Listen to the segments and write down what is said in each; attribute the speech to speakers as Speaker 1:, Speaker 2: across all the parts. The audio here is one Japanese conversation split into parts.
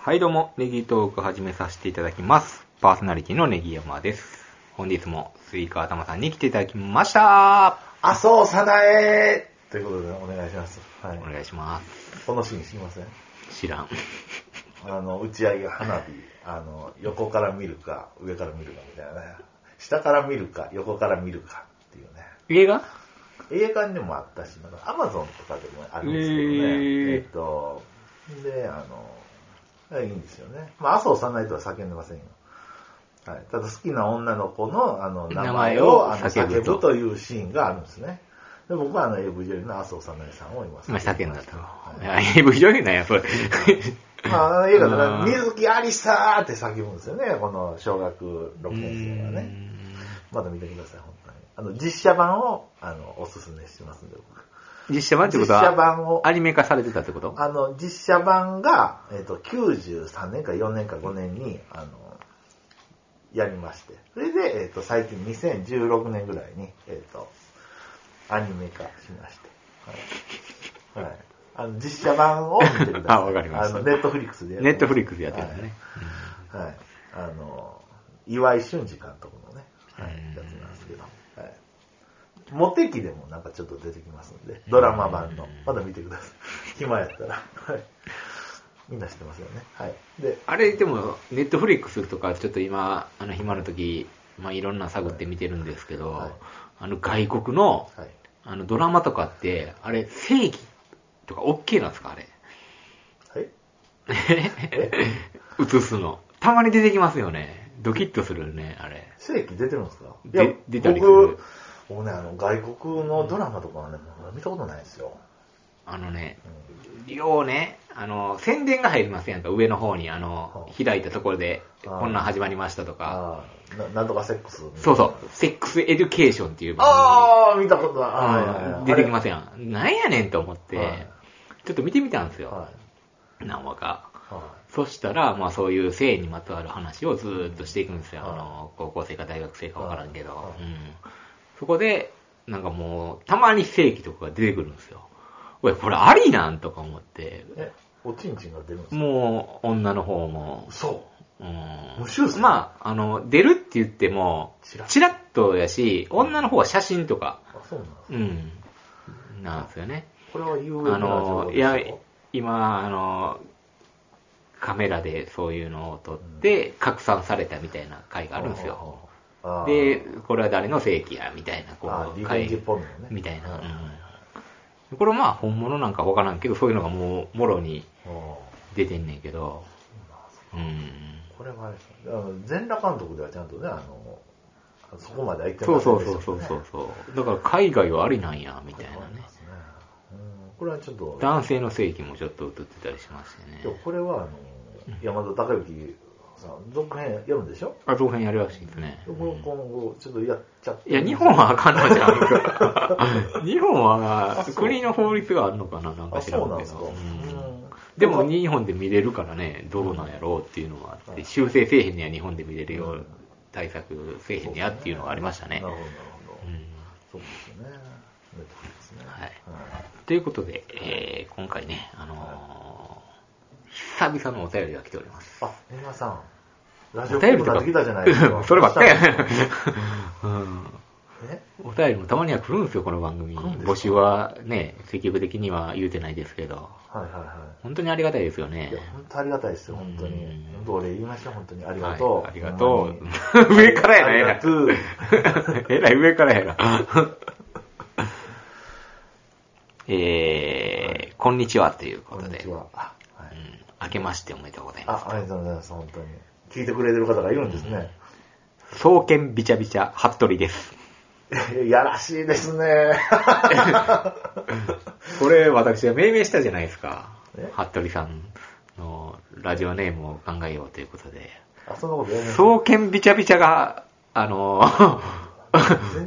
Speaker 1: はいどうも、ネギトーク始めさせていただきます。パーソナリティのネギ山です。本日もスイカ頭さんに来ていただきました。
Speaker 2: 麻生さなえということでお願いします。はい
Speaker 1: お。願いします。
Speaker 2: このシーン知りません
Speaker 1: 知らん。
Speaker 2: あの、打ち上げ花火、あの、横から見るか、上から見るかみたいなね。下から見るか、横から見るかっていうね。
Speaker 1: 映画
Speaker 2: 映画にもあったし、なんかアマゾンとかでもあるんですけどね。
Speaker 1: へー
Speaker 2: えっと、で、あの、いいんですよね。まあ、麻生さないとは叫んでませんよ。はい、ただ好きな女の子のあの
Speaker 1: 名前
Speaker 2: 名前を
Speaker 1: を
Speaker 2: あの
Speaker 1: 叫
Speaker 2: 叫
Speaker 1: ぶと
Speaker 2: ぶというシーンがあるんですね。で僕はあの AV 女優の麻生さないさんを今
Speaker 1: 今叫んだ
Speaker 2: まし
Speaker 1: と
Speaker 2: た。はい
Speaker 1: あ、AV 女優なんや、それ。
Speaker 2: まあ、あの映画だか
Speaker 1: う
Speaker 2: ら、
Speaker 1: ん
Speaker 2: 水木ありさーって叫ぶんですよね、この小学6年生が
Speaker 1: うー
Speaker 2: ね。
Speaker 1: ん
Speaker 2: まだ見てください、本当に。あの、実写版を、あの、おすすめしてますんで、僕。
Speaker 1: 実写版ってこと
Speaker 2: 実写
Speaker 1: は、
Speaker 2: 版を
Speaker 1: アニメ化されてたってこと
Speaker 2: あの、実写版が、えっ、と、93年か4年か5年に、あの、やりまして。それで、えっ、と、最近2016年ぐらいに、えっ、と、アニメ化しまして。はい。はい。あの、実写版を見てください。
Speaker 1: あわかりました
Speaker 2: あの、ネットフリックスでやって
Speaker 1: ネ
Speaker 2: ます
Speaker 1: ットフリックスでやってるんだね。
Speaker 2: はい。はい。あの、岩井俊二監督のね、はい
Speaker 1: うん、
Speaker 2: やつなんですけど。はい。モテ期でもなんかちょっと出てきますんで、ドラマ版の
Speaker 1: うん。
Speaker 2: まだ見てください。 暇やったら。はい。みんな知ってますよね。はい。で、
Speaker 1: あれ、でも、ネットフリックスとか、ちょっと今、あの、暇の時、まあ、いろんな探って見てるんですけど、
Speaker 2: はい
Speaker 1: あの、外国の、
Speaker 2: はい。
Speaker 1: あの、ドラマとかって、あれ、正義とか OK なんですかあれ。
Speaker 2: はい。
Speaker 1: 映すの。たまに出てきますよね。ドキッとするね、あれ。
Speaker 2: 正規出てるんですかい
Speaker 1: で
Speaker 2: や、
Speaker 1: 出たりする
Speaker 2: 僕、僕ね、あの、外国のドラマとかはね、もう見たことないですよ。
Speaker 1: あのね、
Speaker 2: うん
Speaker 1: ようね、あの、宣伝が入りませんか上の方に、あの、開いたところで、
Speaker 2: あー
Speaker 1: こんなん始まりましたとか。
Speaker 2: ああ、ななんとかセックス。
Speaker 1: そうそう、セックスエデュケーションっていう番
Speaker 2: ああ、見たことない
Speaker 1: 組
Speaker 2: はいはいは
Speaker 1: うん
Speaker 2: い。
Speaker 1: 出てきますせん。なんやねんと思って、
Speaker 2: はい
Speaker 1: ちょっと見てみたんですよ。
Speaker 2: はい。
Speaker 1: 何話か。
Speaker 2: は
Speaker 1: そしたら、まあそういう性にまつわる話をずーっとしていくんですよ。
Speaker 2: はい
Speaker 1: あの、高校生か大学生かわからんけど
Speaker 2: は。
Speaker 1: う
Speaker 2: い
Speaker 1: ん。そこで、なんかもう、たまに正規とかが出てくるんですよ。おい、これありなんとか思って。
Speaker 2: い。え、おちんちんが出るんですか
Speaker 1: もう、女の方も。
Speaker 2: そううシューズ
Speaker 1: ん。まあ、あの、出るって言っても
Speaker 2: チラ、ッ
Speaker 1: チラッとやし、女の方は写真とか
Speaker 2: う。、あ、そうなんですか
Speaker 1: うん。なんですよね。
Speaker 2: これは有用な
Speaker 1: あの、い
Speaker 2: 情
Speaker 1: や
Speaker 2: 報ですよ、
Speaker 1: 今、あの、カメラでそういうのを撮って、拡散されたみたいな回があるんですよ。
Speaker 2: あー。あー
Speaker 1: で、、これは誰の正規や、みたいな、こ
Speaker 2: あー
Speaker 1: う、
Speaker 2: リベンジ
Speaker 1: 回
Speaker 2: ポルノね。
Speaker 1: みたいな。
Speaker 2: は
Speaker 1: う
Speaker 2: はは
Speaker 1: んこれまあ、本物なんかわからんけど、そういうのがもう、もろに
Speaker 2: あーそ
Speaker 1: 出てんねんけど、
Speaker 2: うなんですか
Speaker 1: う
Speaker 2: こ
Speaker 1: ん。
Speaker 2: れはあれですねあの全裸監督ではちゃんとね、あの、そこまで相手
Speaker 1: そうそうそうそうそうそう。だから海外はありなんや、みたいなね。
Speaker 2: うんこれはちょっと、
Speaker 1: 男性の正規もちょっと映ってたりしまして
Speaker 2: でも
Speaker 1: ね。
Speaker 2: これはあの、山田孝之さん、続編やるんでしょ
Speaker 1: あ、その辺やるらしいですね。
Speaker 2: 僕も今後、ちょっとやっちゃって。
Speaker 1: いや、日本はあかんのじゃん か。日本は国の法律があるのかな、なんか
Speaker 2: あ、
Speaker 1: 知ら
Speaker 2: そうんなん
Speaker 1: け
Speaker 2: ですか。
Speaker 1: ど。うん
Speaker 2: うん
Speaker 1: でも日本で見れるからね、どうなんやろうっていうのはあって、修正せえへんには日本で見れるよう、対策せえへんにはっていうのがありましたね
Speaker 2: な。るほど、なるほど。
Speaker 1: うん
Speaker 2: そうですよね。ネットフリックスね。
Speaker 1: はい
Speaker 2: はい。
Speaker 1: ということで、えー今回ね、あのー久々のお便りが来ております。
Speaker 2: あ、皆さん、ラジ
Speaker 1: お
Speaker 2: オっぽく
Speaker 1: 便りと
Speaker 2: な
Speaker 1: か
Speaker 2: ってきたじゃないですか。
Speaker 1: それ ばっかや
Speaker 2: ね。
Speaker 1: うん。
Speaker 2: え
Speaker 1: お便りもたまには来るんですよ、この番組。
Speaker 2: 来るんですか
Speaker 1: 募集はね、積極的には言うてないですけど、
Speaker 2: はいはいは
Speaker 1: 本当にありがたいですよ
Speaker 2: い。
Speaker 1: ね
Speaker 2: いや、。本当ありがたいですよ、本当
Speaker 1: うん
Speaker 2: に。本当お礼言いましょう、本当に。ありがとう。
Speaker 1: はいありがと
Speaker 2: ほんまに
Speaker 1: う。上からやな、
Speaker 2: あ
Speaker 1: えら
Speaker 2: りが
Speaker 1: い
Speaker 2: と。う。
Speaker 1: えらい上からやな。 えー、こんにちはというこ
Speaker 2: ことんに
Speaker 1: で
Speaker 2: ち、は。あは
Speaker 1: う
Speaker 2: い
Speaker 1: ん明けましておめでとうございます。
Speaker 2: あ、ありがとうございます、本当に。聞いてくれてる方がいるんですね。
Speaker 1: 双剣びちゃびちゃ、服部です。
Speaker 2: やらし いです ね。
Speaker 1: これ、私が命名したじゃないですか
Speaker 2: え。
Speaker 1: 服部さんのラジオネームを考えようということで。
Speaker 2: あ、そんなことやりまう。
Speaker 1: 双剣びちゃびちゃが、あの、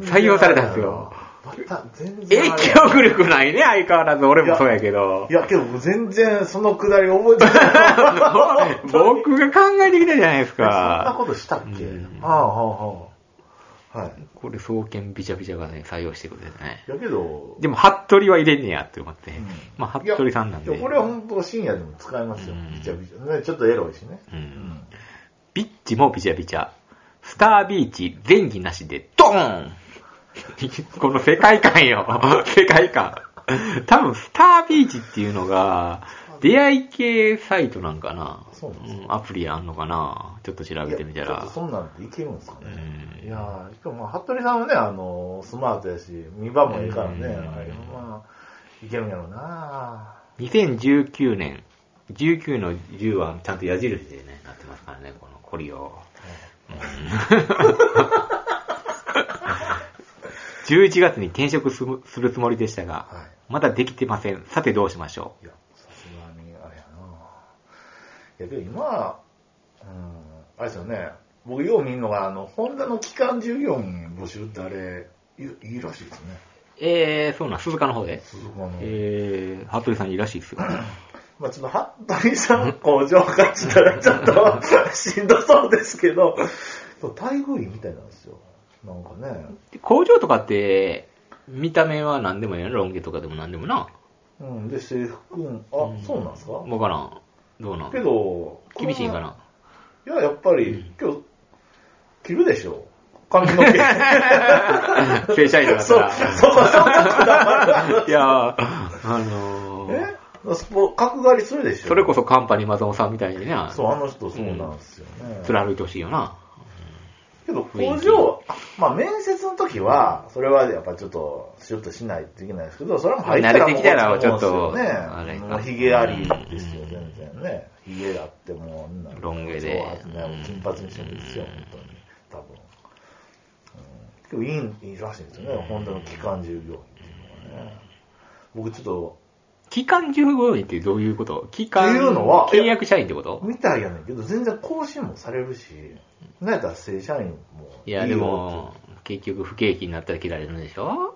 Speaker 1: 採用されたんですよ。
Speaker 2: 全然あれやな。また、全然
Speaker 1: 影
Speaker 2: あれやな。
Speaker 1: 響力ないね、相変わらず。俺もそうやけど
Speaker 2: い。や、けど全然そのくだり覚えてない。
Speaker 1: 僕が考えてきたじゃないです
Speaker 2: そんな
Speaker 1: か。
Speaker 2: ことしたっけ、
Speaker 1: うん
Speaker 2: ああ、はあ、ははい。
Speaker 1: これ、創建ビチャビチャがね、採用してくれてね。
Speaker 2: やけど、
Speaker 1: でも、服部は入れんねやって思って。
Speaker 2: うん
Speaker 1: まあ、服部さんなん
Speaker 2: いや
Speaker 1: で。
Speaker 2: これは本当深夜でも使えますよ
Speaker 1: うん。
Speaker 2: びちゃびちゃ。ねちょっとエロいしね。
Speaker 1: うん
Speaker 2: うん
Speaker 1: ビッチもビチャビチャ。スタービーチ前儀なしでドーン この世界観よ。世界観。多分、スタービーチっていうのが、出会い系サイトなんかな。
Speaker 2: そうなんです
Speaker 1: んアプリあんのかな。ちょっと調べてみ
Speaker 2: い
Speaker 1: た
Speaker 2: やちょ
Speaker 1: ら
Speaker 2: っと。そんなんでいけるんですかね。
Speaker 1: うん
Speaker 2: いやー、しかも、服部さんはね、あのー、スマートやし、見場もいいからね、
Speaker 1: うん
Speaker 2: あれまあ、いけるんやろうな
Speaker 1: 2019年、19の10はちゃんと矢印でね、なってますからね、このコリを。11月に転職するするつもりでしたが、
Speaker 2: は
Speaker 1: まだできてません。さてどうしましょ
Speaker 2: い。いや、さすがに、あれやないや、けど今、うん、あれですよね、僕よう見るのが、あの、ホンダの機関従業員募集ってあれ、いいいらしいですね。
Speaker 1: う。えー、そうなん、鈴鹿の方で。
Speaker 2: 鈴鹿の。
Speaker 1: えー、服部さんいいらし いっすよ。
Speaker 2: まあちょっと、服部さん、こう、浄化したらちょっと しんどそうですけど、そう待遇位みたいなんですよ。なんかね。
Speaker 1: で工場とかって、見た目は何でもいいよね。ロン毛とかでも何でもな。
Speaker 2: うん、で、制服も、あ、
Speaker 1: ん
Speaker 2: そうなんですか
Speaker 1: わからん。どうなん
Speaker 2: けど、
Speaker 1: 厳しいんかな。
Speaker 2: いや、やっぱり、今日、着るでしょ。髪 の毛。
Speaker 1: 正社員だっ
Speaker 2: そ
Speaker 1: た
Speaker 2: う、そうそう、そう
Speaker 1: ら。 いやー、あのー、
Speaker 2: えスポ角刈りするでしょ。
Speaker 1: それこそカンパニー松本さんみたいにね、
Speaker 2: そう、あの人そうなんですよね。
Speaker 1: 貫いてほしいよな。
Speaker 2: けど工場、まあ面接の時は、それはやっぱちょっと、シュッとしないといけないですけど、それも入ったら
Speaker 1: 慣れてきたら
Speaker 2: もう
Speaker 1: ちょっと
Speaker 2: もうです
Speaker 1: あれ
Speaker 2: よね。もうヒゲありですよ、全然ね。ヒゲだってもう、
Speaker 1: ロン
Speaker 2: そ
Speaker 1: 毛で
Speaker 2: うですね、金髪にしてるんですよ、
Speaker 1: うん
Speaker 2: 本当に。多分。うん、でもいい、いいらしいんですよね、ホンダの機関従業員っていうのはね。僕ちょっと、
Speaker 1: 期間従業員ってどういうこと期間、
Speaker 2: っていうのは
Speaker 1: 契約社員ってこと
Speaker 2: みたいやねんけど、全然更新もされるし、なんやったら正社員もいい
Speaker 1: い
Speaker 2: よっ
Speaker 1: や、
Speaker 2: て。
Speaker 1: でも、結局不景気になったら切られるんでしょ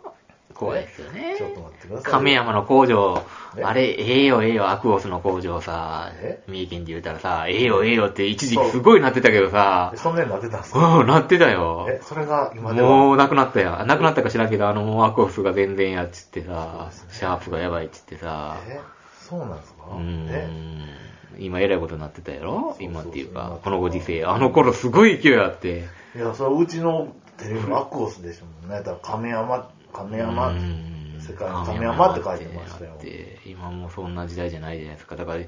Speaker 1: 怖いですよね
Speaker 2: ちょっ。と待ってください。
Speaker 1: 亀山の工場、
Speaker 2: え
Speaker 1: あれ、ええよええよ、アクオスの工場さ
Speaker 2: え、
Speaker 1: 三重県で言うたらさ、ええよええよって一時期すごいなってたけどさ
Speaker 2: え、そんなになってたんです か
Speaker 1: うん、なってたよ。
Speaker 2: え、それが今では。
Speaker 1: もうなくなったやん。なくなったか知らんけど、あの、もうアクオスが全然やっちってさ、シャープがやばいっちってさ、
Speaker 2: え、そうなんですか
Speaker 1: うー
Speaker 2: え、
Speaker 1: ん今えらいことになってたやろ
Speaker 2: そうそう
Speaker 1: 今っていう
Speaker 2: 今
Speaker 1: か、このご時世。あの頃すごい勢いあって。
Speaker 2: いや、それうちのテレビのアクオスでしょもんね。だから亀山、亀山、
Speaker 1: う
Speaker 2: い
Speaker 1: ん
Speaker 2: 世界に亀山って書いてましたよ
Speaker 1: あって今もうそんな時代じゃないじゃないですか。だから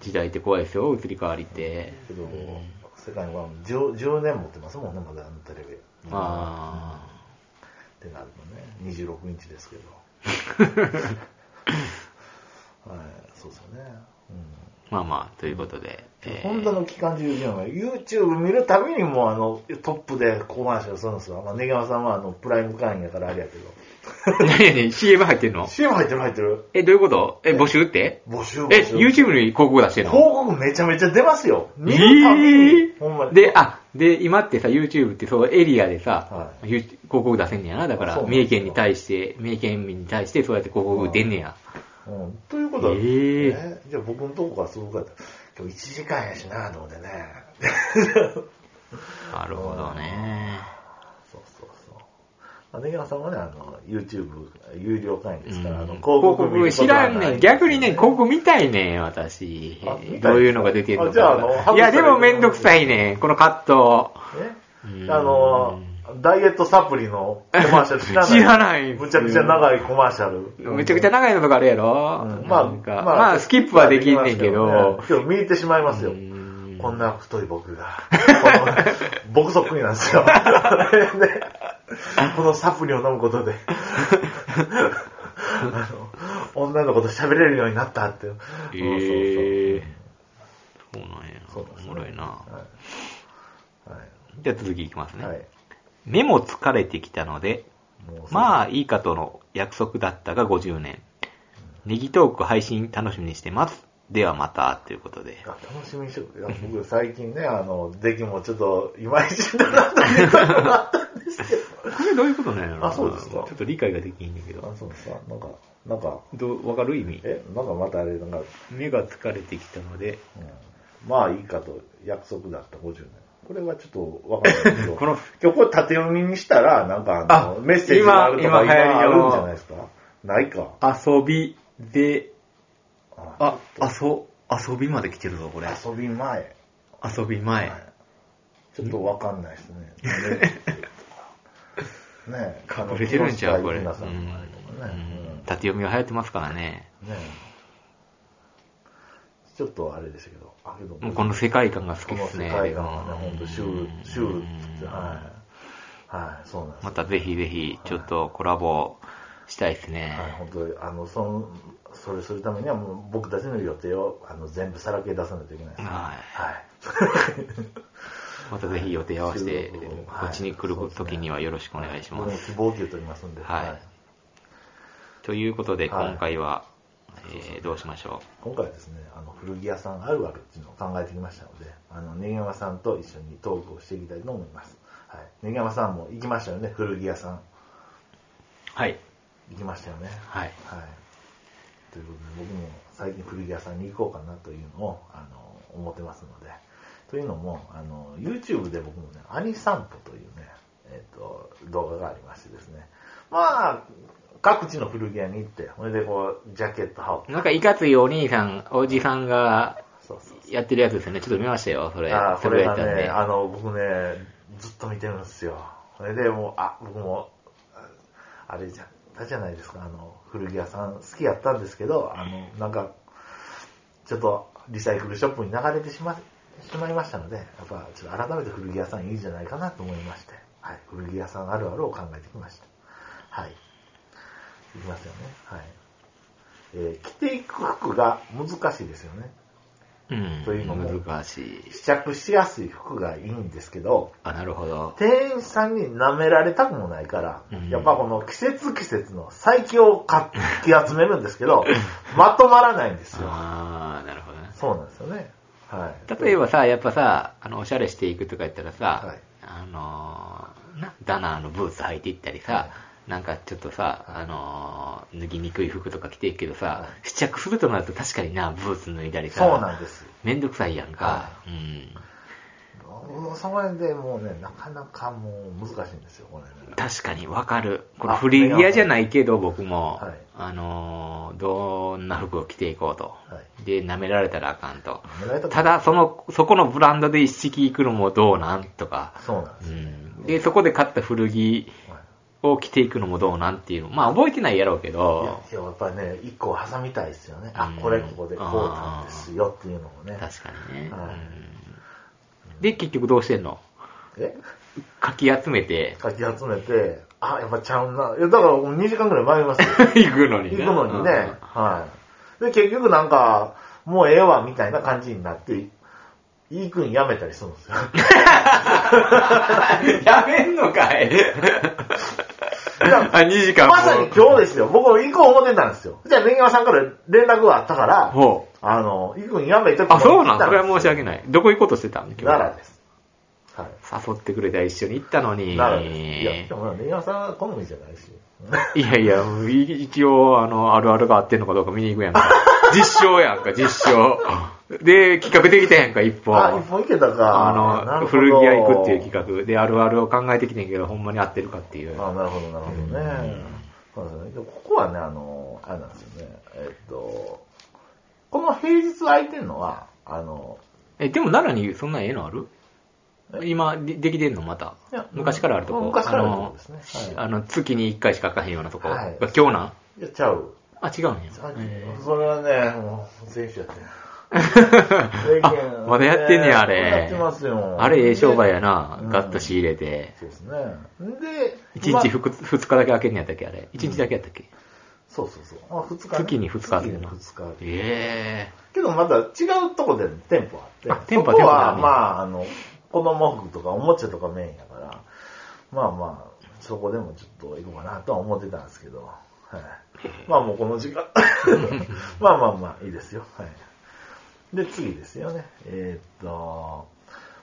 Speaker 1: 時代って怖いですよ、移り変わりって。
Speaker 2: けど、世界には 10, 10年持ってますもんね、まだあのテレビ。
Speaker 1: まあ、
Speaker 2: ってなるとね、26インチですけど。 はい、そうですよね。
Speaker 1: まあまあ、ということで。
Speaker 2: うん
Speaker 1: えー
Speaker 2: ホンダの機関従業員は YouTube 見るたびにもうあのトップでコマーシャルするんですよ。まあ、根川さんはあのプライム会員やからあれやけど。
Speaker 1: いやいや CM 入ってんの
Speaker 2: CM 入ってる入ってる。
Speaker 1: え、どういうことえ、募集って
Speaker 2: 募集募
Speaker 1: え、
Speaker 2: 集
Speaker 1: YouTube に広告出してんの
Speaker 2: 広告めちゃめちゃ出ますよ。
Speaker 1: え
Speaker 2: 見るたびに
Speaker 1: え
Speaker 2: ほんまに。
Speaker 1: で、あ、で、今ってさ、YouTube ってそうエリアでさ
Speaker 2: は、
Speaker 1: ゆ広告出せんねやな。だか
Speaker 2: あそ
Speaker 1: ら、
Speaker 2: うなんです
Speaker 1: 三重
Speaker 2: よ
Speaker 1: 県に対して、三重県民に対してそうやって広告出んねや。
Speaker 2: うん、ということは、
Speaker 1: ええ
Speaker 2: ねじゃあ僕のとこがすごかった。今日1時間やしなと思ってね。
Speaker 1: なるほどね。
Speaker 2: そうそうそう。まあ、根川さんはね、あの、YouTube、有料会員ですから、あの、
Speaker 1: 広
Speaker 2: 広告見
Speaker 1: 告
Speaker 2: ること
Speaker 1: 知
Speaker 2: は
Speaker 1: ら
Speaker 2: ない
Speaker 1: んねん。逆にね、広告見たいねん、私
Speaker 2: あ見たいで。すか
Speaker 1: どういうのが出てるの
Speaker 2: あじゃああの
Speaker 1: か。
Speaker 2: ハ
Speaker 1: い
Speaker 2: グ
Speaker 1: や、
Speaker 2: される
Speaker 1: でもめんどくさいねん、このカット。
Speaker 2: ね
Speaker 1: うん
Speaker 2: あの、ダイエットサプリのコマーシャル知らない。
Speaker 1: 知らない
Speaker 2: むちゃくちゃ長いコマーシャル。
Speaker 1: めちゃくちゃ長いのとかあるやろ
Speaker 2: うん
Speaker 1: まあ、なんかまあ、スキップはできんねんけど
Speaker 2: ま。すね今日見入ってしまいますよ。
Speaker 1: うん
Speaker 2: こんな太い僕が、 この、僕そっくりなんですよ。 でこのサプリを飲むこと で、あの、女の子と喋れるようになったって。
Speaker 1: ええそうなんや。
Speaker 2: そうなんですね
Speaker 1: おもろいな。
Speaker 2: そうそうそうはい
Speaker 1: じゃあ続きいきますね。
Speaker 2: はい。
Speaker 1: 目も疲れてきたので、
Speaker 2: もう
Speaker 1: まあいいかとの約束だったが50年。ネギトーク配信楽しみにしてます。ではまた、ということで。
Speaker 2: あ楽しみにしよう。いや僕最近ね、あの、出来もちょっと、いまいちだな というのがあったんですけ
Speaker 1: これどういうことなんやろな
Speaker 2: あそうですか
Speaker 1: ちょっと理解ができんねんけ
Speaker 2: ど。
Speaker 1: ど
Speaker 2: あ、。そうですか。なんか、なんか、
Speaker 1: どう、わかる意味
Speaker 2: え、なんかまたあれ、なんか、うん
Speaker 1: 目が疲れてきたので、
Speaker 2: まあいいかと、約束だった50年。これはちょっとわかんないですけど、
Speaker 1: この
Speaker 2: 今日これ縦読みにしたら、なんかあの
Speaker 1: あ
Speaker 2: メッセージがあるとか
Speaker 1: 今今流行
Speaker 2: あ
Speaker 1: りの
Speaker 2: るんじゃないですかないか。
Speaker 1: 遊びで、
Speaker 2: あ
Speaker 3: あ、遊、遊びまで来てるぞ、これ。
Speaker 2: 遊び前。
Speaker 3: 遊び前。
Speaker 2: ちょっとわかんないですね。 ね
Speaker 1: 隠れてるんちゃうこれ。う
Speaker 2: ね
Speaker 1: ん。う
Speaker 2: え
Speaker 1: ん縦読みは流行ってますからね。
Speaker 2: ねえちょっとあれでしたけど、あけど
Speaker 1: もうこの世界観が好き
Speaker 2: こ
Speaker 1: で
Speaker 2: の
Speaker 1: すね。
Speaker 2: 世界観はね、ほんとシュ
Speaker 1: う
Speaker 2: ー
Speaker 1: ん
Speaker 2: ル、シュールっつって、はい。はい、そうなんです
Speaker 1: ま。たぜひぜひ、ちょっとコラボしたいですね。
Speaker 2: はい、本当にあのそのそれするためにはもう僕たちの予定をあの全部さらけ出さないといけないですね。
Speaker 1: はいまたぜひ予定合わせて、
Speaker 2: はい
Speaker 1: こっちに来る時にはよろしくお願いし
Speaker 2: 僕
Speaker 1: ま
Speaker 2: も希
Speaker 1: す。
Speaker 2: 望球取りますんで、
Speaker 1: はいということで、
Speaker 2: はい
Speaker 1: 今回は、えーどうしましょ
Speaker 2: 今回はですねあの古着屋さんあるあるっていうのを考えてきましたのであの根山さんと一緒にトークをしていきたいと思います。はい、根山さんも行きましたよね古着屋さん
Speaker 1: う。はい。
Speaker 2: 行きましたよね。
Speaker 1: はい。
Speaker 2: はい。ということで、僕も最近古着屋さんに行こうかなというのを、あの、思ってますので。というのも、あの、YouTube で僕もね、アニ散歩というね、えっ、と、動画がありましてですね。まあ、各地の古着屋に行って、それでこう、ジャケット羽織って、
Speaker 1: なんか、いかついお兄さん、おじさんが
Speaker 2: そうそうそ
Speaker 1: やってるやつですよね。ちょっと見ましたよ、それ。
Speaker 2: う。ああ、これが
Speaker 1: つぶやいて
Speaker 2: ね、
Speaker 1: たん
Speaker 2: あの、僕ね、ずっと見てるんですよ。それでもう、あ、僕も、ああれじゃ、あれじゃないですか、あの、古着屋さん好きやったんですけど、あの、なんか、ちょっとリサイクルショップに流れてしましまいましたので、やっぱちょっと改めて古着屋さんいいんじゃないかなと思いまして、はい、古着屋さんあるあるを考えてきました。はい。いきますよね。はい。えー着ていく服が難しいですよね。というのも
Speaker 1: うん。難しい。
Speaker 2: 試着しやすい服がいいんですけど、
Speaker 1: あ、なるほど。
Speaker 2: 店員さんに舐められたくもないから、
Speaker 1: うん
Speaker 2: やっぱこの季節季節の最強をかき集めるんですけど、まとまらないんですよ。
Speaker 1: ああ、なるほどね。
Speaker 2: そうなんですよね。はい。
Speaker 1: 例えばさ、やっぱさ、あの、おしゃれしていくとか言ったらさ、
Speaker 2: はい
Speaker 1: あのーな、ダナーのブーツ履いていったりさ、
Speaker 2: はい
Speaker 1: なんかちょっとさ、
Speaker 2: はい
Speaker 1: あのー脱ぎにくい服とか着ていくけどさ、
Speaker 2: はい
Speaker 1: 試着するとなると確かにな、ブーツ脱いだりさ、
Speaker 2: そうなんです。
Speaker 1: めんどくさいやんか。
Speaker 2: は
Speaker 1: うん。
Speaker 2: もうその辺でもうね、なかなかもう難しいんですよ、これね。
Speaker 1: 確かにわかる。これ
Speaker 2: あ
Speaker 1: 古着屋じゃないけど、僕も、
Speaker 2: はい
Speaker 1: あのーどんな服を着ていこうと。
Speaker 2: は
Speaker 1: で、舐められたらあかんと。
Speaker 2: い。狙いたく
Speaker 1: ただ、その、そこのブランドで一式いくのもどうなんとか。
Speaker 2: そうなんで
Speaker 1: う
Speaker 2: すよね。
Speaker 1: ん。で、そこで買った古着
Speaker 2: はい
Speaker 1: を着ていくのもどうなんっていうの。まあ、覚えてないやろうけ
Speaker 2: い
Speaker 1: ど
Speaker 2: や、いややっぱりね、一個挟みたいですよね。
Speaker 1: う
Speaker 2: あ
Speaker 1: ん、
Speaker 2: これここでこうなんですよっていうのをね。
Speaker 1: 確かにね。
Speaker 2: はい
Speaker 1: うんで、結局どうしてんの
Speaker 2: え
Speaker 1: かき集め
Speaker 2: 、
Speaker 1: て
Speaker 2: かき集めて、あ、やっぱちゃうな。いや、だからもう2時間ぐらい迷い ますよ。
Speaker 1: 行くのに
Speaker 2: 行
Speaker 1: ね。
Speaker 2: くのにね。はい。で、結局なんか、もうええわ、みたいな感じになって、いいくんやめたりするんですよ。
Speaker 1: うん。 やめんのかいあ、2時間も
Speaker 2: まさに今日ですよ。僕も行こう思ってたんですよ。じゃあ、ネギマさんから連絡があったから、
Speaker 1: ほう。
Speaker 2: あの、行くんやめて
Speaker 1: あ、そうなん
Speaker 2: だ。
Speaker 1: それは申し訳ない。どこ行こうとしてたん今日。
Speaker 2: 奈良です。はい。
Speaker 1: 誘ってくれたら一緒に行ったのに。
Speaker 2: 奈良です。いや、でもネギマさんは好みじゃないし。
Speaker 1: いやいや、い一応、あの、あるあるが合ってんのかどうか見に行くやん か。実証やんか、実証。で、企画できたやんか、一本。
Speaker 2: あ、一本行けたか。な
Speaker 1: あ
Speaker 2: る
Speaker 1: の、
Speaker 2: ほど
Speaker 1: 古着屋行くっていう企画で、あるあるを考えてきてんけど、ほんまに合ってるかっていう。
Speaker 2: あなるほど、なるほどね
Speaker 1: う
Speaker 2: そ
Speaker 1: ん。
Speaker 2: うですね。でもここはね、あの、あれなんですよね。えっと、この平日空いてるのは、あの、
Speaker 1: え、でも奈良にそんなええのある今、でできてんのまた
Speaker 2: いや。
Speaker 1: 昔からあるとこ。
Speaker 2: 昔からあるとこですね
Speaker 1: あのし
Speaker 2: はい
Speaker 1: あの、月に1回しか開かへんようなとこ。
Speaker 2: はい
Speaker 1: 今日なん
Speaker 2: いや、ちゃう。
Speaker 1: あ、違うんや。
Speaker 2: さっき
Speaker 1: えー
Speaker 2: それはね、もう、選手やってる。
Speaker 1: あ まだやってんねや、あれ。
Speaker 2: やってますよ。
Speaker 1: あれ、ええ商売やな
Speaker 2: う。ん
Speaker 1: ガッと仕入れて。
Speaker 2: そうですね。で、
Speaker 1: 1日
Speaker 2: まあ
Speaker 1: 2, 日だけ開けんねやったっけ、あれ。1日だけやったっけ。
Speaker 2: そうそうそう。あ、2日ね。
Speaker 1: 月に2日開
Speaker 2: 月
Speaker 1: け
Speaker 2: に
Speaker 1: んの。
Speaker 2: 2日。
Speaker 1: え
Speaker 2: けどまだ違うとこで店舗あって、
Speaker 1: あ店舗
Speaker 2: そこ
Speaker 1: は店舗な
Speaker 2: は、
Speaker 1: んや
Speaker 2: まあ、あの、子供服とかおもちゃとかメインやから、まあまあ、そこでもちょっと行こうかなとは思ってたんですけど、はい、まあもうこの時 間、まあまあまあ、いいですよ。はい、で、次ですよね。えーっと、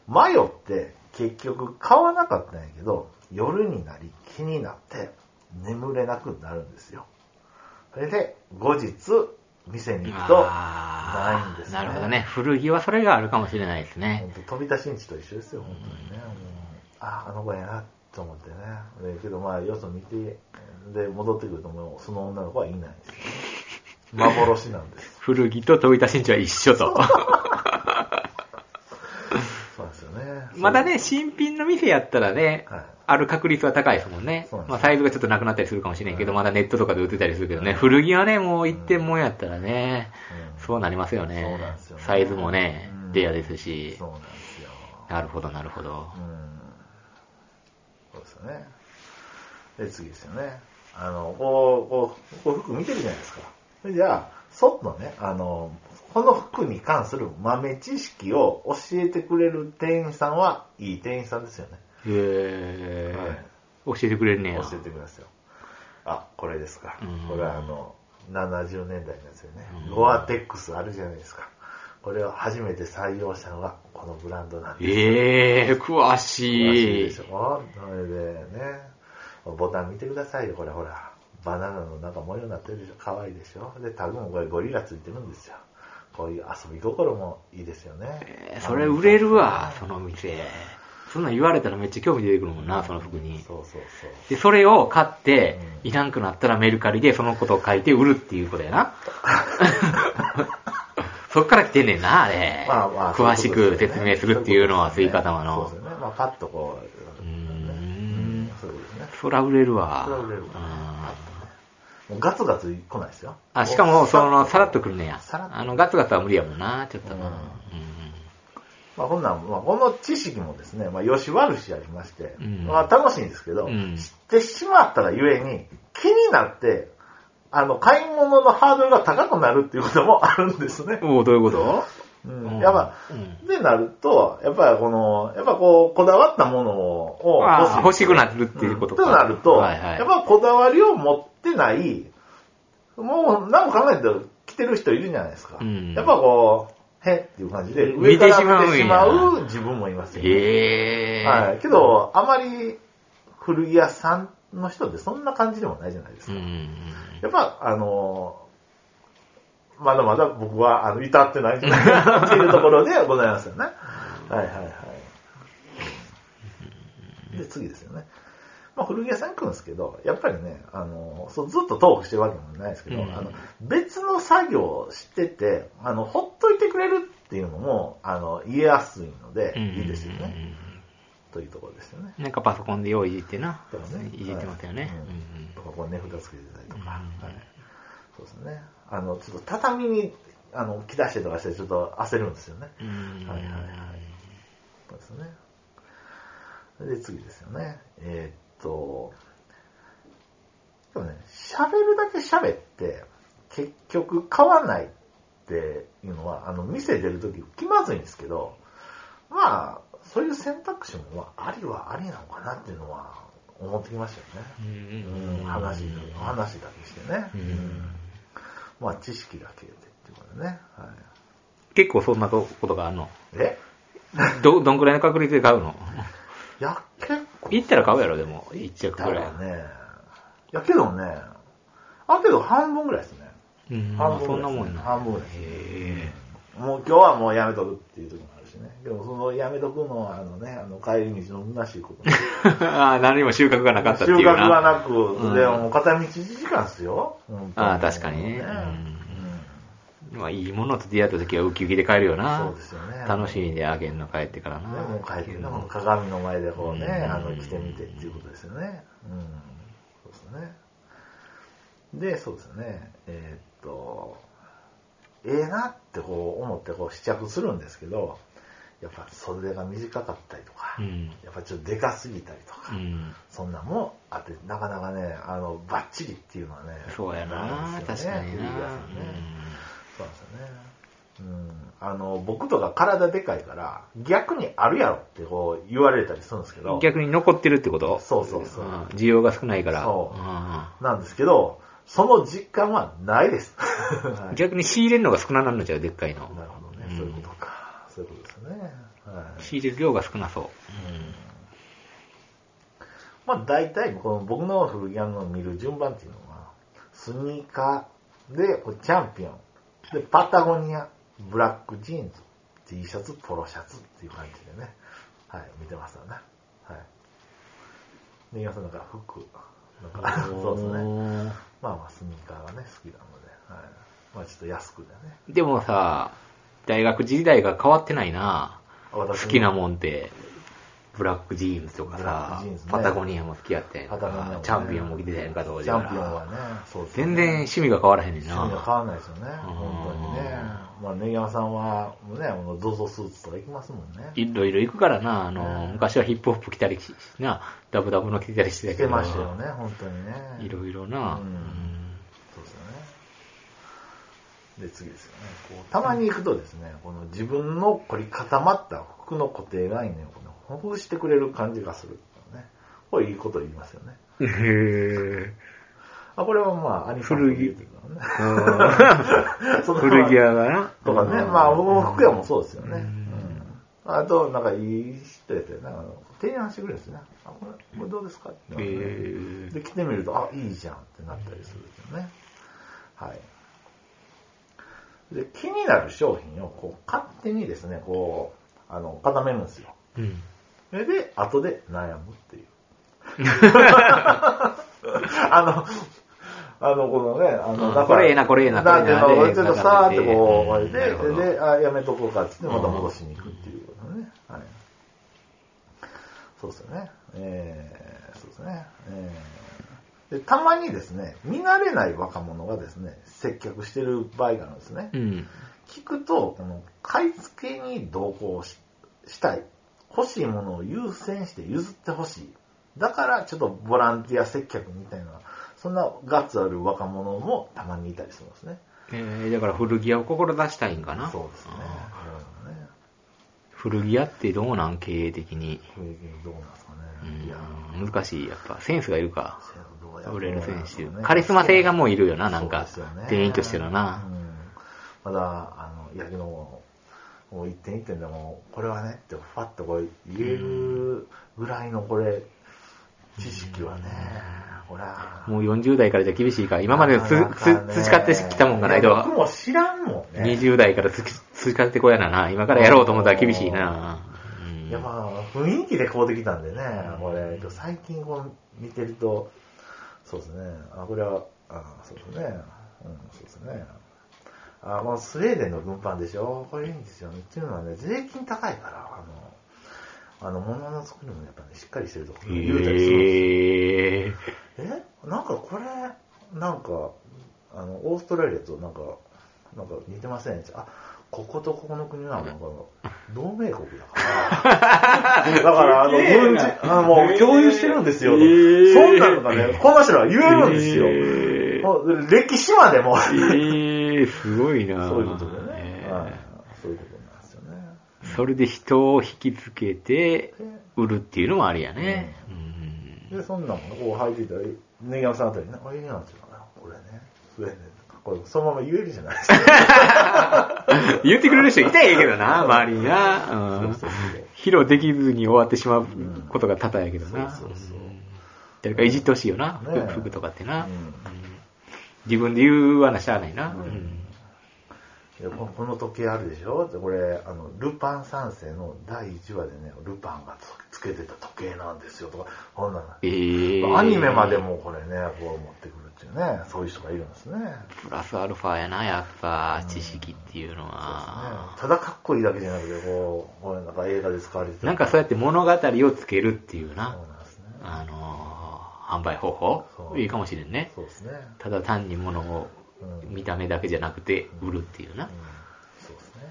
Speaker 2: マヨって結局買わなかったんやけど、夜になり気になって眠れなくなるんですよ。それで、後日、店に行くと、
Speaker 1: あ
Speaker 2: ないんです
Speaker 1: ー
Speaker 2: ね
Speaker 1: なるほどね。古着はそれがあるかもしれないですね。
Speaker 2: 本当飛び出し道と一緒ですよ、本当にね。もうああ、あの子やなと思ってね。でけどまあ、よそ見て、で、戻ってくるともう、その女の子はいないんですよ、ね。幻なんです。
Speaker 1: 古着と飛び出しんちは一緒と。
Speaker 2: そうなんですよね。
Speaker 1: まだね、新品の店やったらね、
Speaker 2: はい
Speaker 1: ある確率は高いですもんね
Speaker 2: そうなん。です
Speaker 1: まあサイズがちょっとなくなったりするかもしれんけど、
Speaker 2: うん
Speaker 1: まだネットとかで売ってたりするけどね、
Speaker 2: うん
Speaker 1: 古着はね、もう一点もんやったらね、
Speaker 2: うん
Speaker 1: そうなりますよね。
Speaker 2: そうなんですよね
Speaker 1: サイズもね
Speaker 2: うん、
Speaker 1: レアですし
Speaker 2: そう。なんですよ。
Speaker 1: なるほど、なるほど
Speaker 2: う。ん。そうですよね。で、次ですよね。あの、こう、こう、こう服見てるじゃないですか。それじゃあ、そっとね、あの、この服に関する豆知識を教えてくれる店員さんはいい店員さんですよね。
Speaker 1: へえ
Speaker 2: はい
Speaker 1: 教えてくれるねや。
Speaker 2: 教えてくださいよ。あ、これですか
Speaker 1: うん。
Speaker 2: これはあの、70年代のやつよね
Speaker 1: う。ん
Speaker 2: ゴアテックスあるじゃないですか。これを初めて採用したのがこのブランドなんです。
Speaker 1: ええ詳し
Speaker 2: で
Speaker 1: い
Speaker 2: し。ょそれでね、ボタン見てくださいよ、これほら。バナナのなんか模様になってるでしょ。可愛いでしょ。で、タグもこれゴリラついてるんですよ。こういう遊び心もいいですよね。
Speaker 1: えーそれ売れるわ、その店。そんなん言われたらめっちゃ興味出てくるもんな、その服に。
Speaker 2: そうそうそう。
Speaker 1: で、それを買って、
Speaker 2: うん
Speaker 1: いらんくなったらメルカリでそのことを書いて売るっていうこと やな。そっから来てんねんな、あれ。
Speaker 2: まあまあ、
Speaker 1: 詳しく
Speaker 2: そういう
Speaker 1: 説
Speaker 2: こと
Speaker 1: 明
Speaker 2: ですよね
Speaker 1: るっていうのは、
Speaker 2: そ
Speaker 1: ス
Speaker 2: うい
Speaker 1: イ
Speaker 2: うこ
Speaker 1: カ
Speaker 2: とです
Speaker 1: 玉の
Speaker 2: そう。ですよね。まあ、パッとこう。
Speaker 1: うー
Speaker 2: うん
Speaker 1: ん。
Speaker 2: そういうことですね。
Speaker 1: そら売れるわ。
Speaker 2: そら売れるわ
Speaker 1: うん
Speaker 2: もうガツガツ来ないですよ。
Speaker 1: あ、しかも、その、さらっと来るねや。
Speaker 2: さらっと
Speaker 1: あの、ガツガツは無理やもんな、ちょっとな。
Speaker 2: うん
Speaker 1: うん
Speaker 2: まあ、こんなん、まあ、この知識もですね、まあ、よし悪しありまして、
Speaker 1: うん
Speaker 2: まあ、楽しいんですけど、
Speaker 1: うん
Speaker 2: 知ってしまったがゆえに、気になって、あの、買い物のハードルが高くなるっていうこともあるんですね。
Speaker 1: おうどういうこと
Speaker 2: うん。やっぱ、
Speaker 1: うん
Speaker 2: でなると、やっぱりこの、やっぱこう、こだわったものを
Speaker 1: ああ欲しくな
Speaker 2: る
Speaker 1: るっていうことか。
Speaker 2: となると、
Speaker 1: はいはい
Speaker 2: やっぱこだわりを持ってない、もう何も考えて来てる人いるじゃないですか。
Speaker 1: うん
Speaker 2: やっぱこう、へっていう感じで、上
Speaker 1: 見
Speaker 2: か
Speaker 1: てし
Speaker 2: ら
Speaker 1: ま
Speaker 2: 見
Speaker 1: うんや
Speaker 2: てしまう自分もいますよ、
Speaker 1: ええ
Speaker 2: はい。けど、あまり古着屋さんの人ってそんな感じでもないじゃないです
Speaker 1: う
Speaker 2: か。
Speaker 1: ん。
Speaker 2: やっぱ、あのまだまだ僕は、あの、至ってないんじゃないかなっていうと ころでございますよね。はいはいはい。で、次ですよね。まあ、古着屋さん行くんですけど、やっぱりね、あのそうずっとトークしてるわけでもないですけど、
Speaker 1: うん
Speaker 2: あの、別の作業をしてて、あの、ほっといてくれるっていうのも、あの、言えやすいので、いいですよね。というところですよね。
Speaker 1: なんかパソコンで用意いじってな
Speaker 2: とかね。。
Speaker 1: いじってますよね。
Speaker 2: うんとか、こう値札つけてたりとか。
Speaker 1: うん
Speaker 2: はい。そうですね。あの、ちょっと畳に、あの、着出してとかして、ちょっと焦るんですよね。
Speaker 1: うんうん
Speaker 2: はいはいはいそうですね。で、次ですよね。えーっと、でもね、喋るだけ喋って、結局買わないっていうのは、あの、店出るとき気まずいんですけど、まあ、そういう選択肢も、まあ、ありはありなのかなっていうのは思ってきましたよね。うん、話だけ、話だけしてね。
Speaker 1: うん
Speaker 2: まあ、知識だけでっていうことでね。は
Speaker 1: 結構そんなことがあるの。
Speaker 2: い、え
Speaker 1: ど、 どんくらいの確率で買う の
Speaker 2: いや、結構
Speaker 1: 行ったら買うやろ、でも。1着
Speaker 2: だ
Speaker 1: く
Speaker 2: よ
Speaker 1: らい。
Speaker 2: ね。いや、けどね、あ、けど半分ぐらいですね。
Speaker 1: うんま
Speaker 2: 半
Speaker 1: あ
Speaker 2: 分
Speaker 1: そんなもん な。
Speaker 2: 半分ぐらいですね
Speaker 1: へ
Speaker 2: もう今日はもうやめとくっていう時もあるしね。でもそのやめとくのは、あのね、あの帰り道の虚しい こと。
Speaker 1: えああ、何も収穫がなかったってい
Speaker 2: 収
Speaker 1: う
Speaker 2: 穫
Speaker 1: な。
Speaker 2: がなく、
Speaker 1: うん
Speaker 2: でもう片道1時間ですよ。本当
Speaker 1: ああ確かにね
Speaker 2: うん
Speaker 1: まあいいものと出会った時はウキウキで帰るよな。
Speaker 2: そうですよね。
Speaker 1: 楽しみであげんの帰ってからな。
Speaker 2: ね、もう帰ってるの鏡の前でこうね、
Speaker 1: うん
Speaker 2: あの着てみてっていうことですよね。うん、そうですね。で、そうですね、えーっと、ええなってこう思ってこう試着するんですけど、やっぱ袖が短かったりとか、
Speaker 1: うん。
Speaker 2: やっぱちょっとでかすぎたりとか、
Speaker 1: うん。
Speaker 2: そんなんもあって、なかなかね、あの、バッチリっていうのはね、
Speaker 1: そうやな、
Speaker 2: んで
Speaker 1: 確
Speaker 2: すよ
Speaker 1: か
Speaker 2: ね
Speaker 1: に
Speaker 2: 古
Speaker 1: な
Speaker 2: 着屋さ。んねそうなんですよね。うん、あの僕とか体でかいから逆にあるやろってこう言われたりするんですけ
Speaker 1: うん
Speaker 2: ど
Speaker 1: 逆に残ってるってこと
Speaker 2: そうそうそう
Speaker 1: うん需要が少ないから。
Speaker 2: そうんなんですけどその実感は ないです、はい
Speaker 1: 逆に仕入れるのが少なくなるのじゃうでっかいの。
Speaker 2: なるほどね、
Speaker 1: うん
Speaker 2: そういうことかそういうことですね、はい
Speaker 1: 仕入れる量が少なそう。
Speaker 2: まあ大体この僕の古着屋の見る順番っていうのはスニーカーでこうチャンピオンで、パタゴニア、ブラックジーンズ、T シャツ、ポロシャツっていう感じでね、はい、見てますよね。はい。で、皆さんなんか服、なんか、 そうですね。
Speaker 1: ね。
Speaker 2: まあまあ、スニーカーがね、好きなので、はい。まあちょっと安くでね。
Speaker 1: でもさ、大学時代が変わってないな。好
Speaker 2: 私
Speaker 1: きなもんって、ブラックジーンズとか
Speaker 2: ブラッ
Speaker 1: さ、
Speaker 2: クジーンズね
Speaker 1: パタゴニアも好きやったやん
Speaker 2: パタゴニアも
Speaker 1: か
Speaker 2: ね、
Speaker 1: チャンピオンも着てたやんか、当時
Speaker 2: チャンピオンは
Speaker 1: か
Speaker 2: ね、そうですね
Speaker 1: 全然趣味が変わらへんねん
Speaker 2: 趣味が変
Speaker 1: な。
Speaker 2: わらないですよね。本当にね。まあ、ネギ山さんは、ね、もうゾゾスーツとか行きますもんね。
Speaker 1: いろいろ行くからな、あの、
Speaker 2: うん
Speaker 1: 昔はヒップホップ着たりし、な、ダブダブの着てたりしてた
Speaker 2: 着
Speaker 1: け
Speaker 2: て
Speaker 1: ど、
Speaker 2: ましたよね、本当にね。
Speaker 1: いろいろな、
Speaker 2: う
Speaker 1: うんん
Speaker 2: そうですよね。で、次ですよね。こうたまに行くとですね、この自分の凝り固まった服の固定概念をこのほぐしてくれる感じがするっていうね。これいいこと言いますよね。
Speaker 3: へぇ
Speaker 2: あ、これはまあ、アニさんと言うてるからね。その
Speaker 3: 古着屋がな。
Speaker 2: とかね、まあ僕も服屋もそうですよね。
Speaker 3: う
Speaker 2: う
Speaker 3: ん
Speaker 2: んあと、なんかいい人やったよね。あの提案してくれるんですね。あ、これ、これどうですかって、
Speaker 1: へー
Speaker 2: で、来てみると、あ、いいじゃんってなったりするんですよね。はい。で、気になる商品をこう勝手にですね、こう、あの、固めるんですよ。
Speaker 1: うん。
Speaker 2: それで、後で悩むって いう。あの、あの、このね、あ
Speaker 1: う
Speaker 2: の、だ
Speaker 1: ん
Speaker 2: から
Speaker 1: これええなこれええな
Speaker 2: だって
Speaker 1: これええな
Speaker 2: ちょっとさーってこう、
Speaker 1: な
Speaker 2: あれ
Speaker 1: んかなるほど
Speaker 2: で、で、あ、やめとこうかってって、また戻しに行くっていうことね。はい。そうですよね。えー、そうですね。えーで、たまにですね、見慣れない若者がですね、接客してる場合があるんですね。
Speaker 1: うん。
Speaker 2: 聞くと、この買い付けに同行ししたい。欲しいものを優先して譲ってほしい。だから、ちょっとボランティア接客みたいな、そんなガッツある若者もたまにいたりするんですね。
Speaker 1: えーだから古着屋を志したいんかな。
Speaker 2: そうですね。なる
Speaker 1: 古着屋ってどうなん経営的に。
Speaker 2: ほどね。経験どうなんですかね。いや
Speaker 1: うん難しい。やっぱセンスがいるか。
Speaker 2: ーどうや
Speaker 1: 売れる選手、
Speaker 2: どうや
Speaker 1: カリスマ性がもういるよな、なんか、
Speaker 2: そうですよね
Speaker 1: 店員としての
Speaker 2: う
Speaker 1: な。
Speaker 2: んまだ、あの、いやけども、もう一点一点でも、これはねって、ファッとこう言えるぐらいのこれ、知識はね、ほら。
Speaker 1: もう40代からじゃ厳しいから、今までつ、
Speaker 2: なかなかね
Speaker 1: つ、培ってきたもんがない
Speaker 2: や
Speaker 1: と、
Speaker 2: 僕も知らんもんね。
Speaker 1: 20代からつ、培ってこやなな。今からやろうと思ったら厳しいな。うん
Speaker 2: やっぱ、雰囲気でこうできたんでね、これ、最近こう見てると、そうですね、あ、これは、あそうですね、うん、そうですね。あ、このスウェーデンの軍パンでしょこれいいんですよね。っていうのはね、税金高いから、あの、あの、物の作りもやっぱね、しっかりしてるとこ言うたりするんですよ
Speaker 1: えー、
Speaker 2: えなんかこれなんかあのオーストラリアとなんかなんか似てませんあこことここの国はなんか同盟国だから だからあの
Speaker 1: すげえ
Speaker 2: 軍事
Speaker 1: な
Speaker 2: あもう共有してるんですよ、
Speaker 1: えー
Speaker 2: そんなのがねこの人は言えるんですよ、
Speaker 1: えー
Speaker 2: もう歴史までも
Speaker 1: えー、すごいな。
Speaker 2: そういうことでね、
Speaker 1: えー
Speaker 2: はいそういうことなんですよね
Speaker 1: それで人を引きつけて、
Speaker 2: で
Speaker 1: 売るっていうのもありやね。
Speaker 2: で、そんなもんこう履いていたら、ネギ山さんあたりね、あ、いいなんちゃうかな、これね、スウェーデンとかこれそのまま言えるじゃないですか。
Speaker 1: うん言ってくれる人いたらええけ どな、周りにな。うん
Speaker 2: そうそう
Speaker 1: 披露できずに終わってしまうことが多々やけどな。
Speaker 2: そうそうそう
Speaker 1: うん誰かいじってほしいよな、
Speaker 2: ねえ
Speaker 1: 服服とかって
Speaker 2: う
Speaker 1: な、
Speaker 2: ん
Speaker 1: うん自分で言うわなしゃあないな。
Speaker 2: う
Speaker 1: うんん
Speaker 2: いやここの時計あるでしょでこれあの「ルパン三世」の第1話でねルパンがつつけてた時計なんですよとかこんなの
Speaker 1: えー
Speaker 2: アニメまで。もこれねこう持ってくるっていうねそういう人がいるんですね
Speaker 1: プラスアルファやな、やっぱ、知識っていうのは。
Speaker 2: ただかっこいいだけじゃなくてこうこれなんか映画で使われてた
Speaker 1: なんかそうやって物語をつけるっていう
Speaker 2: そう
Speaker 1: な、
Speaker 2: なんですね
Speaker 1: あのー販売方法
Speaker 2: そう
Speaker 1: いいかもしれんね。
Speaker 2: そうですね、うん、
Speaker 1: ただ単に物を見た目だけじゃなくて売るっていうな、
Speaker 2: そうですね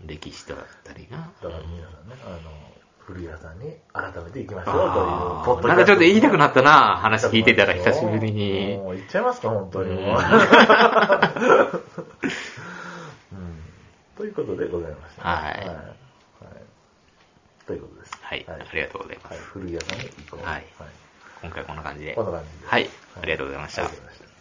Speaker 1: うん、歴史とだったりな。
Speaker 2: だから皆さんねあの古谷さんに改めて行きましょうという
Speaker 1: あ
Speaker 2: ポッドキャスト
Speaker 1: ーなんかちょっと言いたくなったな、話聞いてたら久しぶりに。
Speaker 2: もう行っちゃいますか、本当に。
Speaker 1: うん
Speaker 2: もううんということでございました。
Speaker 1: はい
Speaker 2: はいということです。
Speaker 1: はい、
Speaker 2: はい
Speaker 1: ありがとうございま
Speaker 2: はい
Speaker 1: す。
Speaker 2: 古着屋さんに行こう。
Speaker 1: はい今回こんな感じで。
Speaker 2: こんな感じで。
Speaker 1: はい、
Speaker 2: は
Speaker 1: ありがとうございました
Speaker 2: ありがとうございました。